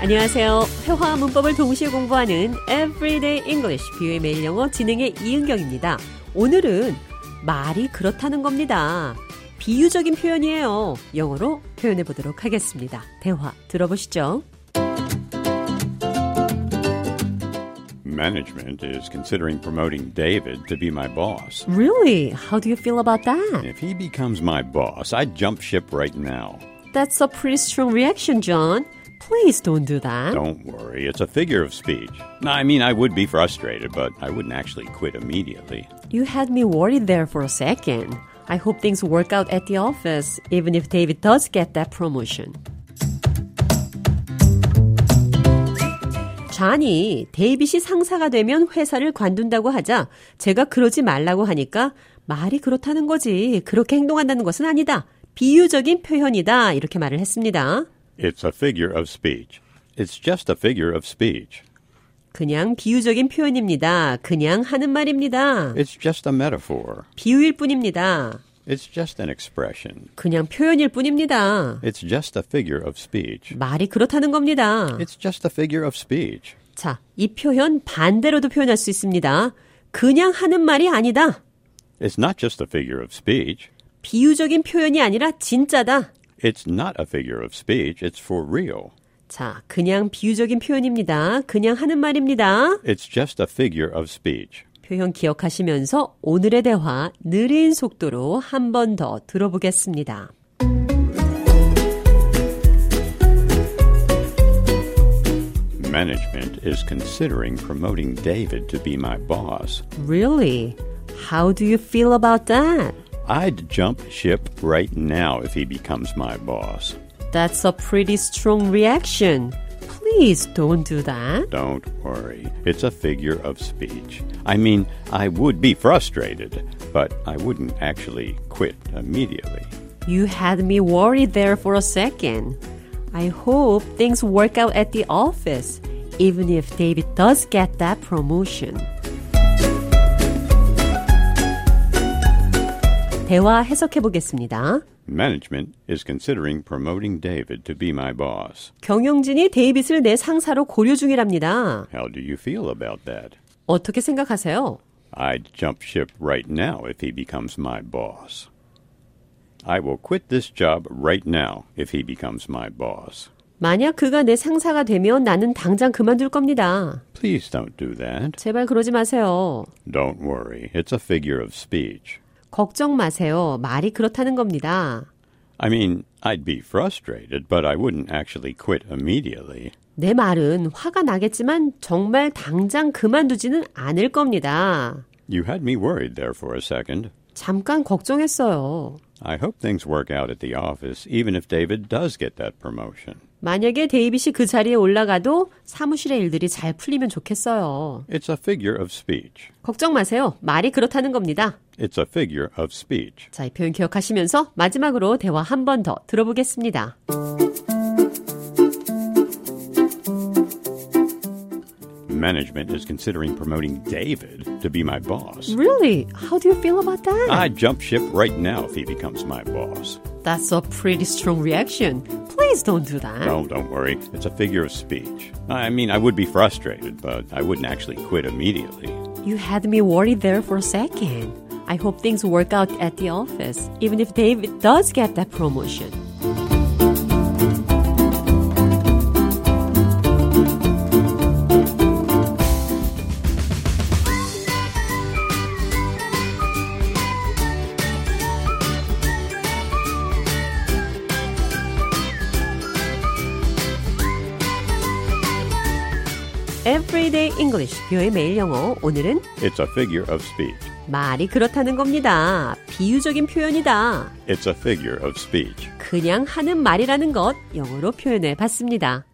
안녕하세요. 회화와 문법을 동시에 공부하는 Everyday English 뷰의 매일 영어 진행의 이은경입니다. 오늘은 말이 그렇다는 겁니다. 비유적인 표현이에요. 영어로 표현해 보도록 하겠습니다. 대화 들어보시죠. Management is considering promoting David to be my boss. Really? How do you feel about that? If he becomes my boss, I'd jump ship right now. That's a pretty strong reaction, John. Please don't do that. Don't worry, it's a figure of speech. I mean, I would be frustrated, but I wouldn't actually quit immediately. You had me worried there for a second. I hope things work out at the office, even if David does get that promotion. 잔이 데이빗이 상사가 되면 회사를 관둔다고 하자 제가 그러지 말라고 하니까 말이 그렇다는 거지. 그렇게 행동한다는 것은 아니다. 비유적인 표현이다. 이렇게 말을 했습니다. It's a figure of speech. It's just a figure of speech. 그냥 비유적인 표현입니다. 그냥 하는 말입니다. It's just a metaphor. 비유일 뿐입니다. It's just an expression. 그냥 표현일 뿐입니다. It's just a figure of speech. 말이 그렇다는 겁니다. It's just a figure of speech. 자, 이 표현 반대로도 표현할 수 있습니다. 그냥 하는 말이 아니다. It's not just a figure of speech. 비유적인 표현이 아니라 진짜다. It's not a figure of speech. It's for real. 자, 그냥 비유적인 표현입니다. 그냥 하는 말입니다. It's just a figure of speech. 표현 기억하시면서 오늘의 대화 느린 속도로 한 번 더 들어보겠습니다. Management is considering promoting David to be my boss. Really? How do you feel about that? I'd jump ship right now if he becomes my boss. That's a pretty strong reaction. Please don't do that. Don't worry, it's a figure of speech. I mean, I would be frustrated, but I wouldn't actually quit immediately. You had me worried there for a second. I hope things work out at the office, even if David does get that promotion. 대화 해석해 보겠습니다. Management is considering promoting David to be my boss. 경영진이 데이빗을 내 상사로 고려 중이랍니다. How do you feel about that? 어떻게 생각하세요? I'd jump ship right now if he becomes my boss. I will quit this job right now if he becomes my boss. 만약 그가 내 상사가 되면 나는 당장 그만둘 겁니다. Please don't do that. 제발 그러지 마세요. Don't worry, it's a figure of speech. 걱정 마세요. 말이 그렇다는 겁니다. I mean, I'd be frustrated, but I wouldn't actually quit immediately. 내 말은 화가 나겠지만 정말 당장 그만두지는 않을 겁니다. You had me worried there for a second. 잠깐 걱정했어요. I hope things work out at the office, even if David does get that promotion. 만약에 데이빗이 그 자리에 올라가도 사무실의 일들이 잘 풀리면 좋겠어요. It's a figure of speech. 걱정 마세요. 말이 그렇다는 겁니다. It's a figure of speech. 자, 이 표현 기억하시면서 마지막으로 대화 한 번 더 들어보겠습니다. Management is considering promoting David to be my boss. Really? How do you feel about that? I'd jump ship right now if he becomes my boss. That's a pretty strong reaction. Please don't do that. No, don't worry. It's a figure of speech. I mean, I would be frustrated, but I wouldn't actually quit immediately. You had me worried there for a second. I hope things work out at the office, even if David does get that promotion. Everyday English, 뷰의 매일 영어. 오늘은 It's a figure of speech. 말이 그렇다는 겁니다. 비유적인 표현이다. It's a figure of speech. 그냥 하는 말이라는 것 영어로 표현해 봤습니다.